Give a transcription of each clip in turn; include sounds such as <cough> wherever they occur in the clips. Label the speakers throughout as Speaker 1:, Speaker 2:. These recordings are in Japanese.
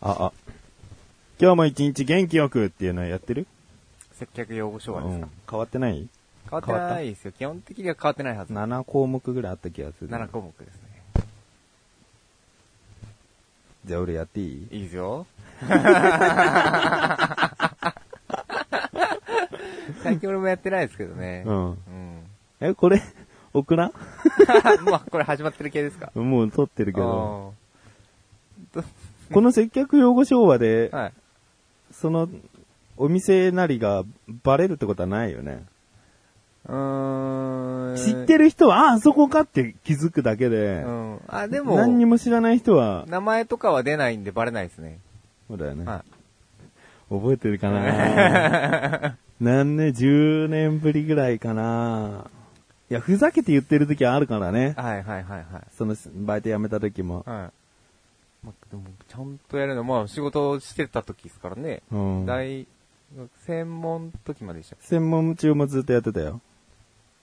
Speaker 1: あ、あ。今日も一日元気よくっていうのやってる
Speaker 2: 接客用語
Speaker 1: う
Speaker 2: 昭和ですか、
Speaker 1: ん。変わってない
Speaker 2: 変わってないですよ。基本的には変わってないはず。
Speaker 1: 7項目ぐらいあった気がする。
Speaker 2: 7項目ですね。
Speaker 1: じゃあ俺やっていい
Speaker 2: いいで
Speaker 1: <laughs>
Speaker 2: すよ。最近俺もやってないですけどね。
Speaker 1: う
Speaker 2: うん。 <laughs>
Speaker 1: ん。え、これ、 <laughs> オクラ
Speaker 2: もうこれ始まってる系ですか
Speaker 1: もう撮ってるけど。
Speaker 2: あ
Speaker 1: この接客用語昭和で
Speaker 2: ー、はい。
Speaker 1: その、お店なりがバレるってことはないよね。
Speaker 2: うーん。
Speaker 1: 知ってる人は、あ、あそこかって気づくだけで
Speaker 2: う、ん。あ、で
Speaker 1: 何に
Speaker 2: も、
Speaker 1: も知らない人は、
Speaker 2: 名前とかは出ないんでバレないですね。
Speaker 1: そうだよね。
Speaker 2: は
Speaker 1: 覚えてるかな
Speaker 2: <laughs>
Speaker 1: 何年、10年ぶりぐらいかないや、ふざけて言ってる時はあるからね
Speaker 2: い。。はいはいはいはい。
Speaker 1: その、バイト辞めた時も。
Speaker 2: はい。まあ、でも、ちゃんとやるの、まあ、仕事をしてた時ですからね。
Speaker 1: うん。
Speaker 2: 大学、専門時まででしたっ
Speaker 1: 専門中もずっとやってたよ。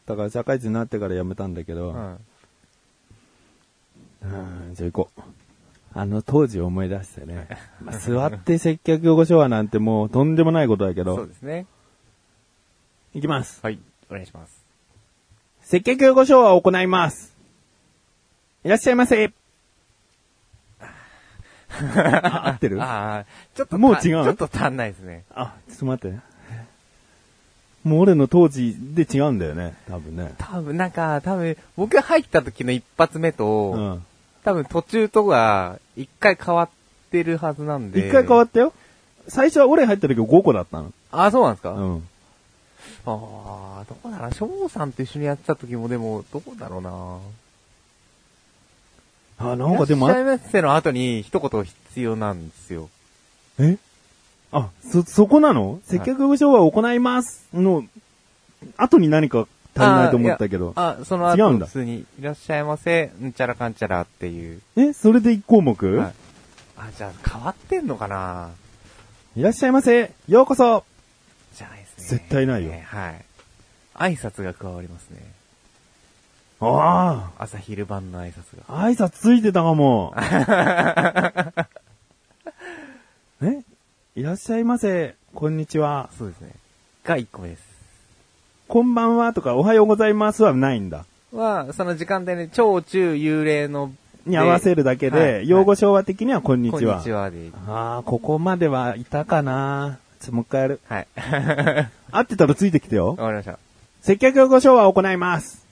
Speaker 1: だから社会人になってから辞めたんだけ
Speaker 2: け
Speaker 1: ど、
Speaker 2: はい。
Speaker 1: うんじゃあ行こう。あの当時を思い出して
Speaker 2: <laughs>
Speaker 1: ね。まあ、座って接客横昭和なんてもうとんでもないことだけ
Speaker 2: そう
Speaker 1: ど
Speaker 2: で、すね。
Speaker 1: 行きます。
Speaker 2: はい。お願いします。
Speaker 1: 接客横昭和を行います。いらっしゃいま <laughs> せ。あ合ってる
Speaker 2: ああ、ちょっとた、
Speaker 1: もう違う
Speaker 2: ちょっと足んないですね。
Speaker 1: あ、ちょっと待って。もう俺の当時で違うんだよね、多分ね。
Speaker 2: 多分、なんか、多分、僕が入った時の一発目と、
Speaker 1: うん。
Speaker 2: 多分途中とか、一回変わってるはずなんで。
Speaker 1: 一回変わ
Speaker 2: っ
Speaker 1: ったよ。最初は俺入った時5個だったの。
Speaker 2: ああ、そうなんですか、あ
Speaker 1: うん。
Speaker 2: あ、どこだろう。翔さんと一緒にやってた時も、でも、どこだろうな。
Speaker 1: あ、なんかでも
Speaker 2: い
Speaker 1: あ
Speaker 2: らっしゃいませの後に一言必要なんですよ。
Speaker 1: えあ、そ、そこなの接客商は行いますの、後に何か足りないと思ったけど。
Speaker 2: あ、その
Speaker 1: 違う
Speaker 2: 後、
Speaker 1: んだ
Speaker 2: 普通に、いらっしゃいませ、んちゃらかんちゃらっていう。
Speaker 1: えそれで1項目、、
Speaker 2: はいあ、じゃあ変わってんのかない
Speaker 1: らっしゃいませようこそ
Speaker 2: じゃないですね。
Speaker 1: 絶対ないよ
Speaker 2: ねはい。挨拶が加わりますね。
Speaker 1: あ
Speaker 2: 朝昼晩の挨拶が。
Speaker 1: あ挨拶ついてたかも。
Speaker 2: <laughs>
Speaker 1: えいらっしゃいませ。こんにちは。
Speaker 2: そうですね。が1個目です。
Speaker 1: こんばんはとか、おはようございますはないんだ。
Speaker 2: は、その時間帯に、超中幽霊の、
Speaker 1: に合わせるだけで、
Speaker 2: はい
Speaker 1: 用語昭和的にはこんに
Speaker 2: こん
Speaker 1: ち
Speaker 2: に
Speaker 1: は。
Speaker 2: ちはで。
Speaker 1: ああ、ここまではいたかな。ちょ、もう一回やる。
Speaker 2: はい。 <laughs>
Speaker 1: 合ってたらついてきてよ。
Speaker 2: わかりました。い
Speaker 1: 接客用語昭和を行います。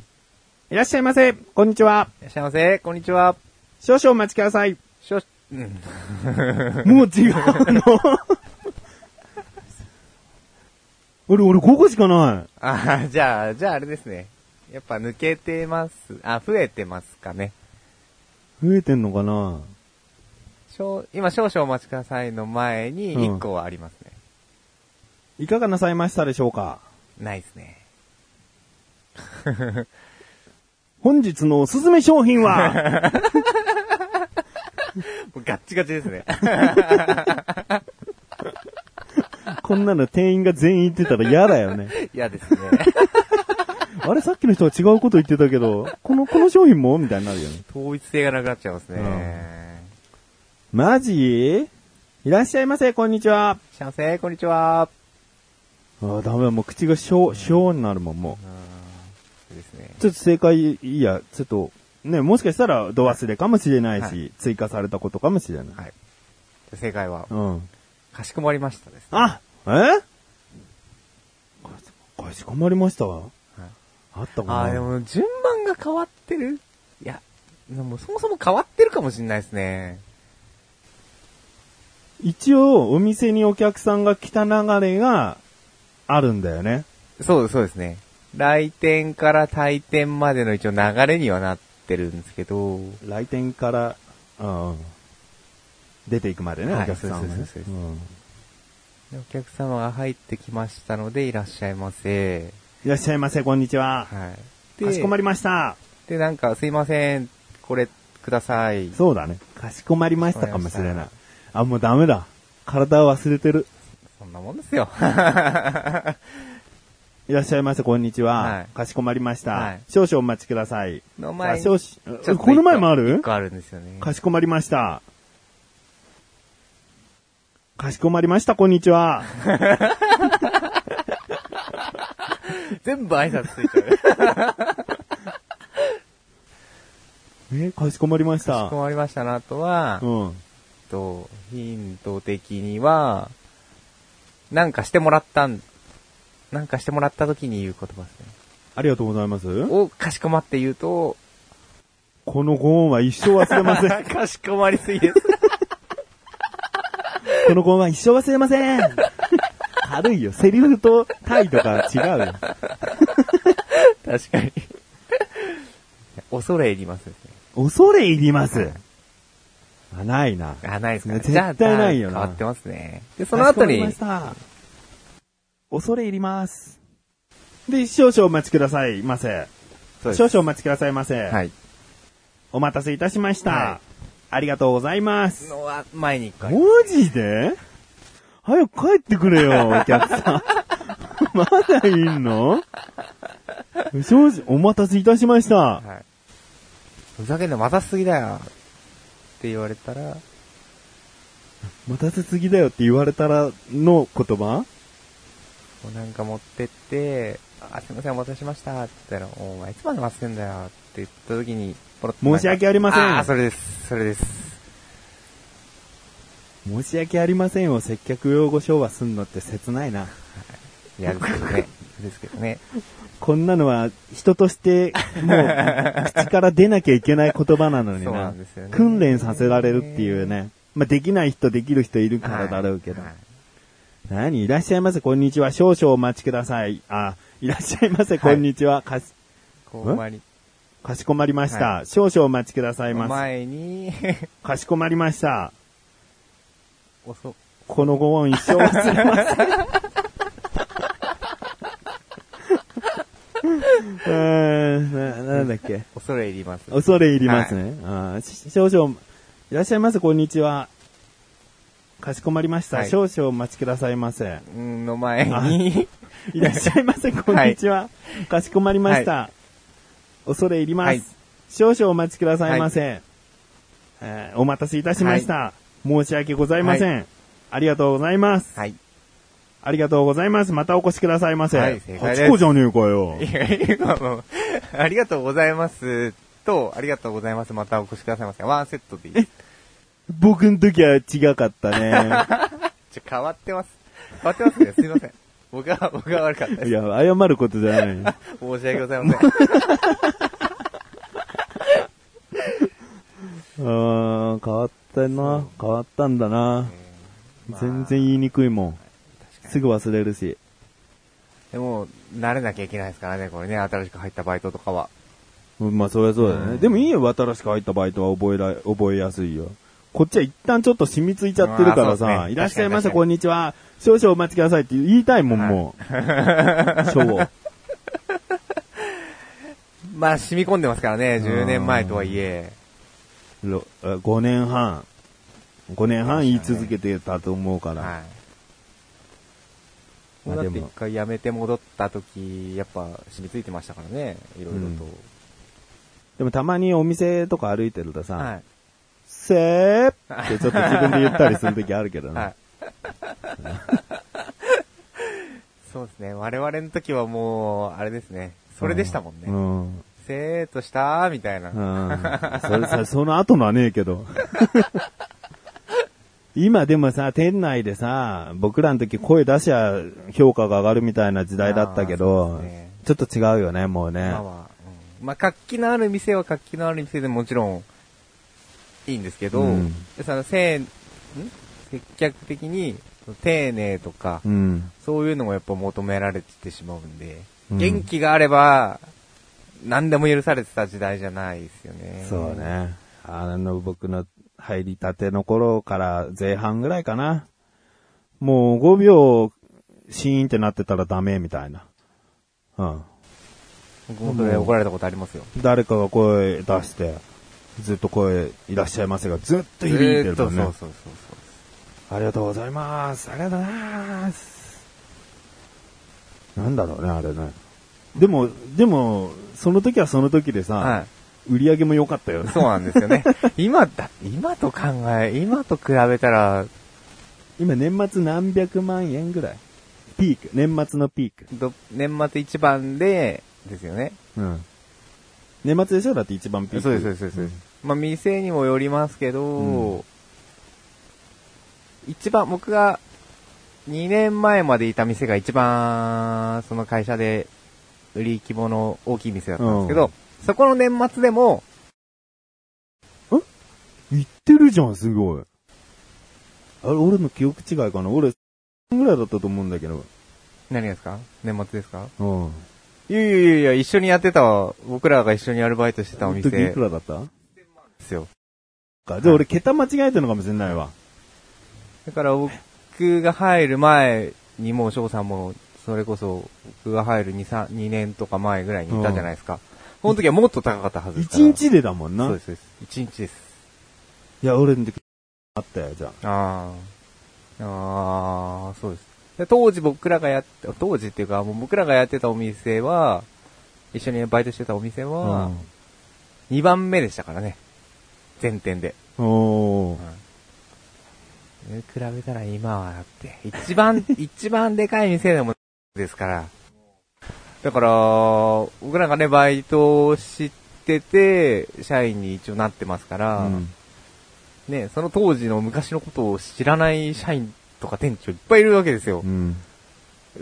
Speaker 1: いらっしゃいませ。こんにちは。
Speaker 2: らっしゃいませ、こんにちは。
Speaker 1: 少々お待ちください。
Speaker 2: しょ、うん。
Speaker 1: もう違う
Speaker 2: <laughs>
Speaker 1: の <laughs> 俺、俺5個しかない。
Speaker 2: ああ、じゃあ、じゃああれですね。やっぱ抜けてます。あ、増えてますかね。
Speaker 1: 増えてんのかな
Speaker 2: 少今、少々お待ちくださいの前に
Speaker 1: うん
Speaker 2: 1個はありますね。
Speaker 1: いかがなさいましたでしょうか
Speaker 2: ないですね。
Speaker 1: 本日のおすすめ商品 <laughs> は
Speaker 2: もうガッチガチですね。
Speaker 1: こんなの店員が全員言ってたら嫌だよね。
Speaker 2: <laughs> 嫌ですね。
Speaker 1: あれさっきの人は違うこと言ってたけど、この、この商品もみたいになるよね。
Speaker 2: <laughs> 統一性がなくなっちゃいますね。
Speaker 1: うん
Speaker 2: いら
Speaker 1: マジいらっしゃいませ、こんにちは。
Speaker 2: っしゃいませ、こんにちは。
Speaker 1: あーダメだ、もう口がしょう、しょうになるもん、もう。
Speaker 2: そうですね。
Speaker 1: ちょっと正解、いや、ちょっと、ね、もしかしたら、度忘れかもしれないし、
Speaker 2: はい
Speaker 1: 追加されたことかもしれない。
Speaker 2: はい。じゃあ正解は
Speaker 1: う、ん。
Speaker 2: かしこまりましたです、ね。
Speaker 1: あえかしこまりましたわ。
Speaker 2: はい
Speaker 1: あったかな
Speaker 2: あーでも順番が変わってるいや、でもそもそも変わってるかもしれないですね。
Speaker 1: 一応、お店にお客さんが来た流れが、あるんだよね。
Speaker 2: そう、そうですね。来店から退店までの一応流れにはなってるんですけど、
Speaker 1: 来店から、うん。出ていくまでね、
Speaker 2: はい
Speaker 1: お客さんはね
Speaker 2: そうですそうです
Speaker 1: うん
Speaker 2: お客様が入ってきましたので、いらっしゃいませ。
Speaker 1: いらっしゃいませ、こんにちは。
Speaker 2: はい。で、
Speaker 1: かしこまりました。
Speaker 2: で、なんか、すいません、これ、ください。
Speaker 1: そうだね。かしこまりましたかもしれ
Speaker 2: わか
Speaker 1: な
Speaker 2: り
Speaker 1: い
Speaker 2: ま。
Speaker 1: あ、もうダメだ。体を忘れてる。
Speaker 2: そんなも
Speaker 1: <laughs>
Speaker 2: んですよ。
Speaker 1: いらっしゃいませ、こんにちは。
Speaker 2: はい
Speaker 1: かしこまりました、
Speaker 2: はい
Speaker 1: 少々お待ちください。
Speaker 2: の前に
Speaker 1: さあ
Speaker 2: ちょ
Speaker 1: 少
Speaker 2: っと
Speaker 1: 々、この前もあ
Speaker 2: 一
Speaker 1: る
Speaker 2: 個あるんですよね。
Speaker 1: かしこまりました。かしこまりました、こんにちは。
Speaker 2: 全部挨拶つい
Speaker 1: <laughs>
Speaker 2: てる。
Speaker 1: え、かしこまりまし
Speaker 2: かしたこ。まりましたな、あとは、
Speaker 1: うん。
Speaker 2: と、ヒント的には、なんかしてもらったん、なんかしてもらった時に言う言葉ですね。
Speaker 1: ありがとうございます。
Speaker 2: をかしこまって言
Speaker 1: <laughs>
Speaker 2: うと、
Speaker 1: このご恩は一生忘れま
Speaker 2: <laughs>
Speaker 1: せん。
Speaker 2: かしこまりすぎです。
Speaker 1: このご恩は一生忘れません。軽いよ。セリフと態度が違うよ。
Speaker 2: <laughs> 確かに。恐れ入りますですね。
Speaker 1: 恐れ入ります。あ、ないな。
Speaker 2: あ、ないですか。
Speaker 1: 絶対
Speaker 2: じゃあ
Speaker 1: ないよな
Speaker 2: 変わってますね。で、その後に
Speaker 1: か、しこまりました恐れ入ります。で、少々お待ちくださいませ。
Speaker 2: そうです
Speaker 1: 少々お待ちくださいませ。
Speaker 2: はい。
Speaker 1: お待たせいたしました。
Speaker 2: はい
Speaker 1: ありがとうございます。
Speaker 2: のは、前に一回。
Speaker 1: マジで早く帰ってくれ
Speaker 2: <laughs>
Speaker 1: よ、お客さん。 <laughs> まだいんの正直、お待たせいたしました。
Speaker 2: はい。ふざけんな、またすぎだよ。って言われたら、
Speaker 1: 待たせすぎだよって言われたらの言葉
Speaker 2: もうなんか持ってって、あ、すいません、お待たせしました。って言ったら、お前いつまで待ってんだよ。って言った時に、ポロッとなんか
Speaker 1: 申し訳ありません
Speaker 2: あーそれです。それです。
Speaker 1: 申し訳ありませんを接客用語昭和すんのって切ないな。
Speaker 2: いや、ですけどね。ですけ
Speaker 1: <laughs>
Speaker 2: どね。
Speaker 1: こんなのは人としてもう
Speaker 2: <laughs>
Speaker 1: 口から出なきゃいけない言葉なのに
Speaker 2: そうな
Speaker 1: なん
Speaker 2: ですよね
Speaker 1: 訓練させられるっていうね。まあ、できない人できる人いるからだろうけど
Speaker 2: は。い
Speaker 1: 何いらっしゃいませ、こんにちは。少々お待ちください。あ、いらっしゃいませ、こんにちは。かし、
Speaker 2: こう、前に、
Speaker 1: かしこまりました。
Speaker 2: は
Speaker 1: 少々お待ちくださいま
Speaker 2: 前に、 <laughs>
Speaker 1: す。かしこまりました。
Speaker 2: おそ、
Speaker 1: このご恩一生忘れません。うーんな、 <laughs> なんだっけ。
Speaker 2: 恐れ入ります。
Speaker 1: 恐れ入りますね。あーし少々、いらっしゃいませ、こんにちは。かしこまりました。
Speaker 2: はい
Speaker 1: 少々お待ちくださいませ。
Speaker 2: うんの前に、
Speaker 1: いらっしゃいませ、こんにちは。かしこまりました。恐れ入ります、
Speaker 2: はい
Speaker 1: 少々お待ちくださいませ。えーお待たせいたしました、申し訳ございません。ありがとうございます。
Speaker 2: はい。
Speaker 1: ありがとうございます。またお越しくださいませ。
Speaker 2: はい正解です
Speaker 1: 八個じゃねえかよ
Speaker 2: い。や、今も、ありがとうございますと、ありがとうございます。またお越しくださいませ。ワンセットでいいです。
Speaker 1: 僕の時は違かった
Speaker 2: <laughs>
Speaker 1: ね。
Speaker 2: ちょ、変わってます。変わってますね。すいません。僕は、僕は悪かったです
Speaker 1: い。や、謝ることじ
Speaker 2: <laughs>
Speaker 1: ゃない。
Speaker 2: 申し訳ございません。
Speaker 1: うーん、変わったな。変わったんだな。
Speaker 2: まあ
Speaker 1: 全然言いにくいもん。すぐ忘れるし。
Speaker 2: でも、慣れなきゃいけないですからね、これね、新しく入ったバイトとかは。
Speaker 1: うんまあ、そりゃそうだよね。
Speaker 2: うん
Speaker 1: でもいいよ、新しく入ったバイトは覚えら、覚えやすいよ。こっちは一旦ちょっと染みついちゃってるから
Speaker 2: うんあーそう
Speaker 1: さ、
Speaker 2: ですね
Speaker 1: いらっしゃいませ、
Speaker 2: 確か
Speaker 1: こんにちは。少々お待ちくださいって言いたいもん、
Speaker 2: はい
Speaker 1: もう。そう。
Speaker 2: まあ、染み込んでますからね、10年前とはいえ。
Speaker 1: ろあ5年半。5年半言い続けてたと思うから。
Speaker 2: はい。もう
Speaker 1: ま
Speaker 2: だ
Speaker 1: あ
Speaker 2: っ
Speaker 1: で
Speaker 2: て
Speaker 1: も
Speaker 2: 一回辞めて戻った時、やっぱ染みついてましたからね、いろいろと。
Speaker 1: でもたまにお店とか歩いてるとさ、
Speaker 2: はい。
Speaker 1: せーってちょっと自分で言ったりするときあるけどね。
Speaker 2: はい。 <laughs> そうですね。我々の時はもう、あれですね。それでしたもんね。
Speaker 1: うん。
Speaker 2: せーっとしたー、みたいな。
Speaker 1: うん。それさ、その後のはねえけど。 <laughs> 今でもさ、店内でさ、僕らの時声出しゃ評価が上がるみたいな時代だったけ
Speaker 2: あーそ
Speaker 1: ど、
Speaker 2: うですね
Speaker 1: ちょっと違うよね、もうね
Speaker 2: ま。あまあ、うんまあ活気のある店は活気のある店でもちろん、いいんですけど、
Speaker 1: うん
Speaker 2: でその、せーん、接客的に、丁寧とか、
Speaker 1: うん。
Speaker 2: そういうのもやっぱ求められてしまうんで、
Speaker 1: うん
Speaker 2: 元気があれば、何でも許されてた時代じゃないですよね。
Speaker 1: そう。ね。あの、僕の入りたての頃から前半ぐらいかな。もう5秒、シーンってなってたらダメみたいな。うん。
Speaker 2: 僕もそれ怒られたことありますよ。
Speaker 1: 誰かが声出して、ずっと声いらっしゃいませが、ずっと響いてる
Speaker 2: ずー
Speaker 1: も
Speaker 2: っと
Speaker 1: ん
Speaker 2: そうそ
Speaker 1: ね
Speaker 2: う。そうそう。
Speaker 1: ありがとうございます。ありがとうございます。なんだろうね、あれね。でも、でも、その時はその時でさ、
Speaker 2: は
Speaker 1: 売り上げも良かったよ
Speaker 2: い。 <laughs>
Speaker 1: ね。
Speaker 2: そうなんですよね。今だ、今と考え、今と比べたら、
Speaker 1: 今年末何百万円ぐらいピーク。年末のピーク。
Speaker 2: ど、年末一番で、ですよね。
Speaker 1: うん。年末でしょだって一番ピ
Speaker 2: そ
Speaker 1: ー
Speaker 2: う
Speaker 1: ク。
Speaker 2: です、そうです、そうです。まあ、店にもよりますけど、
Speaker 1: う
Speaker 2: 一番、僕が、2年前までいた店が一番、その会社で、売り規模の大きい店だったんですけど、
Speaker 1: うん
Speaker 2: そこの年末でも、
Speaker 1: 言ってるじゃん、すごい。あれ、俺の記憶違いかな俺、ぐらいだったと思うんだけど。
Speaker 2: 何がですか年末ですか
Speaker 1: うん。
Speaker 2: いやいやいやいや、一緒にやってた、僕らが一緒にアルバイトしてたお店
Speaker 1: 時い
Speaker 2: で
Speaker 1: くらだった
Speaker 2: すよ。
Speaker 1: か。じゃあ俺、桁間違えてるのかもしれないわ。
Speaker 2: だから僕が入る前にもう翔さんも、それこそ僕が入る2、3 2年とか前ぐらいにいたじゃないですか。その時はもっと高かったはずですから。
Speaker 1: 一日でだもんな。
Speaker 2: そうです、そうです。1日です。
Speaker 1: いや、俺の時、あったよ、じゃあ。
Speaker 2: ああ。ああ、そうです。で当時僕らがやって、当時っていうか、もう僕らがやってたお店は、一緒にバイトしてたお店は、2番目でしたからね。全店で。
Speaker 1: うん。おー。
Speaker 2: うん比べたら今はだって、一番、 <laughs> 一番でかい店でもですから。だから、僕らがね、バイトをしてて、社員に一応なってますから、
Speaker 1: うん
Speaker 2: ね、その当時の昔のことを知らない社員とか店長いっぱいいるわけですよ
Speaker 1: う。ん。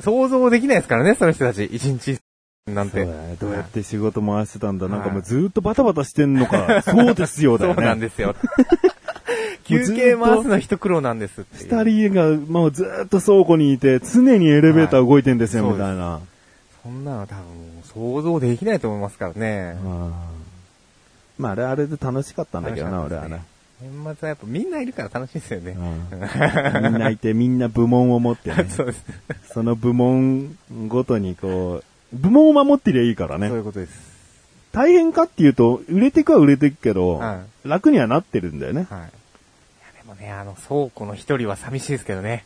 Speaker 2: 想像できないですからね、その人たち。一日なん
Speaker 1: そ
Speaker 2: て。
Speaker 1: うだね。どうやって仕事回してたんだ。なんかも
Speaker 2: は
Speaker 1: う
Speaker 2: い
Speaker 1: ずーっとバタバタしてんのか。そうですよ、だよ
Speaker 2: そうなん
Speaker 1: ね。
Speaker 2: で
Speaker 1: <laughs>
Speaker 2: すよ。
Speaker 1: もう
Speaker 2: 休
Speaker 1: ずっと
Speaker 2: 憩回すの一苦労なんですっていう。
Speaker 1: 二人がもうずーっと倉庫にいて、常にエレベーター動いてんですよ、
Speaker 2: はい
Speaker 1: みたいな。
Speaker 2: そんなの多分もう想像できないと思いますからね。
Speaker 1: うんまあ、あれはあれで楽しかったんだけどな、
Speaker 2: 楽し
Speaker 1: 俺
Speaker 2: か
Speaker 1: は
Speaker 2: ったです
Speaker 1: ね
Speaker 2: ね。年末はやっぱみんないるから楽しいですよね。。
Speaker 1: うんみんないてみんな部門を持ってね
Speaker 2: <laughs> そうです。
Speaker 1: その部門ごとにこう、部門を守ってりゃいいから
Speaker 2: そうい
Speaker 1: ね。
Speaker 2: うことです。
Speaker 1: 大変かっていうと、売れてくは売れてくけど
Speaker 2: は、
Speaker 1: 楽にはなってるんだよね。
Speaker 2: はい。いやでもね、あの倉庫の一人は寂しいですけどね。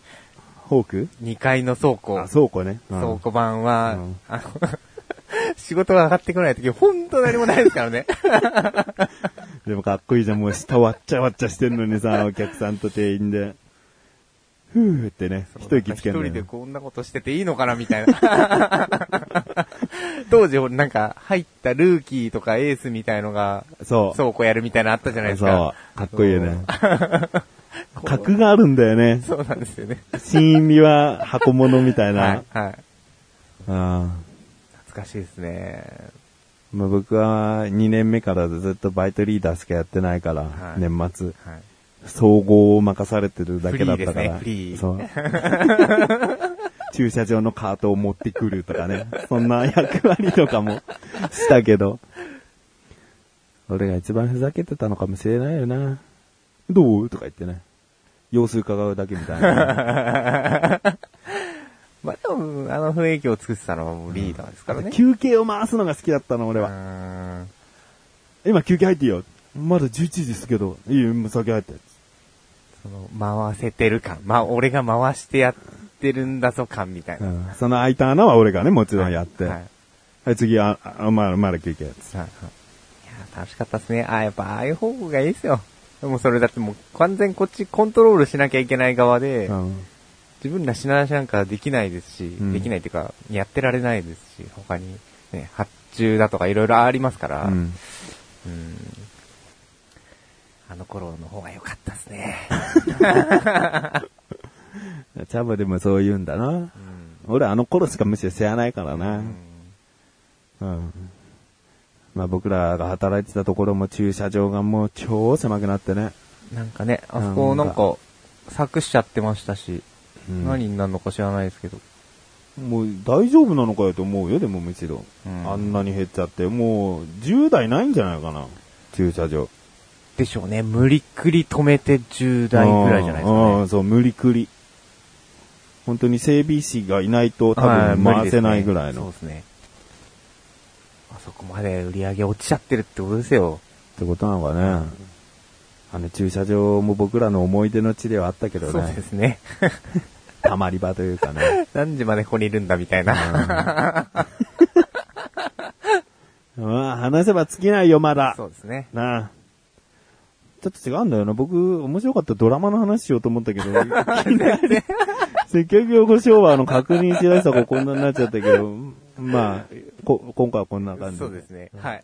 Speaker 1: フォーク
Speaker 2: 2階の倉庫。
Speaker 1: あ、倉庫ね。うん
Speaker 2: 倉庫版は、
Speaker 1: うん
Speaker 2: あの、 <laughs> 仕事が上がってこない時、ほんと何もないですからね。
Speaker 1: でもかっこいいじゃん。もう
Speaker 2: <laughs>
Speaker 1: 下わっちゃわっちゃしてんのにさ、お客さんと店員で。ふーってね、 <laughs> 一息つけん
Speaker 2: 一
Speaker 1: だ
Speaker 2: 人で
Speaker 1: よ。
Speaker 2: こんなことしてていいのかなみたいな。 <laughs> 当時、なんか、入ったルーキーとかエースみたいのが、
Speaker 1: そう。
Speaker 2: 倉庫やるみたいなのあったじゃないです
Speaker 1: そ
Speaker 2: か。
Speaker 1: う。かっこいいよね。
Speaker 2: こう
Speaker 1: 格があるんだよね。
Speaker 2: <laughs> そうなんですよね。
Speaker 1: 新入りは箱物みたい
Speaker 2: は
Speaker 1: な。
Speaker 2: い。はい。
Speaker 1: うん
Speaker 2: 懐かしいですね。
Speaker 1: まあ、僕は2年目からずっとバイトリーダーしかやってないから、
Speaker 2: はい
Speaker 1: 年末、
Speaker 2: はい。
Speaker 1: 総合を任されてるだけだったから。
Speaker 2: フリーです
Speaker 1: そう <laughs> 駐車場のカートを持ってくるとかね、そんな役割とかもしたけど。俺が一番ふざけてたのかもしれないよな。どうとか言ってね。様子伺うだけみたい
Speaker 2: <laughs>
Speaker 1: な。
Speaker 2: まあでも、あの雰囲気を作ってたのはもうリーダーですからね。
Speaker 1: 休憩を回すのが好きだったの、俺
Speaker 2: う
Speaker 1: は。
Speaker 2: ーん
Speaker 1: 今休憩入っていいよ。まだ11時ですけど、いいよ、もう先入って。
Speaker 2: その、回せてる感。まあ、俺が回してやってるんだぞ感みたいうな。
Speaker 1: んその空いた穴は俺がね、もちろんやって。
Speaker 2: はい。
Speaker 1: は
Speaker 2: はい
Speaker 1: い、次、あ、あまだ、まだ休憩。
Speaker 2: はいいやー、楽しかったですね。ああ、やっぱ、ああいう方向がいいですよ。でもそれだってもう完全にこっちコントロールしなきゃいけない側で、
Speaker 1: うん。
Speaker 2: 自分らしなしなんかできないですし、
Speaker 1: ん
Speaker 2: できないっていうか、やってられないですし、他に、ね、発注だとかいろいろありますから、
Speaker 1: うん。
Speaker 2: うんあの頃の方が良かったですね。
Speaker 1: チャボでもそう言うんだな。
Speaker 2: うん
Speaker 1: 俺あの頃しかむしろ知らないから
Speaker 2: う。
Speaker 1: なんうん。まあ僕らが働いてたところも駐車場がもう超狭くなってね。
Speaker 2: なんかね、あそこなん
Speaker 1: な
Speaker 2: か、柵しちゃってましたし、
Speaker 1: うん
Speaker 2: 何になるのか知らないですけど。
Speaker 1: もう大丈夫なのかよと思うよ、でもむしろ。
Speaker 2: うん
Speaker 1: あんなに減っちゃって。もう10台ないんじゃないかな。駐車場。
Speaker 2: でしょうね、無理くり止めて10台ぐらいじゃないです
Speaker 1: う
Speaker 2: かね。
Speaker 1: んそう、無理くり。本当に整備士がいないと多
Speaker 2: はい
Speaker 1: 分
Speaker 2: 無理
Speaker 1: 回
Speaker 2: です
Speaker 1: せ
Speaker 2: ね
Speaker 1: ないぐらい
Speaker 2: そう
Speaker 1: の。
Speaker 2: ですね。あそこまで売り上げ落ちちゃってるってことですよ。
Speaker 1: ってことなのかね。あの駐車場も僕らの思い出の地ではあったけど
Speaker 2: そうで
Speaker 1: ね。
Speaker 2: すね。
Speaker 1: たまり場というか
Speaker 2: <laughs>
Speaker 1: ね。
Speaker 2: 何時までここにいるんだみたいな。
Speaker 1: うん話せば尽きないよ、まだ。
Speaker 2: そうですね。
Speaker 1: なあ。ちょっと違うんだよな。僕、面白かったドラマの話しようと思ったけ
Speaker 2: <laughs>
Speaker 1: ど、いきなり接客用語昭和の確認しだしたらこんなになっちゃったけど、まあ、こ今回はこんな感じ。
Speaker 2: そうですね。はい。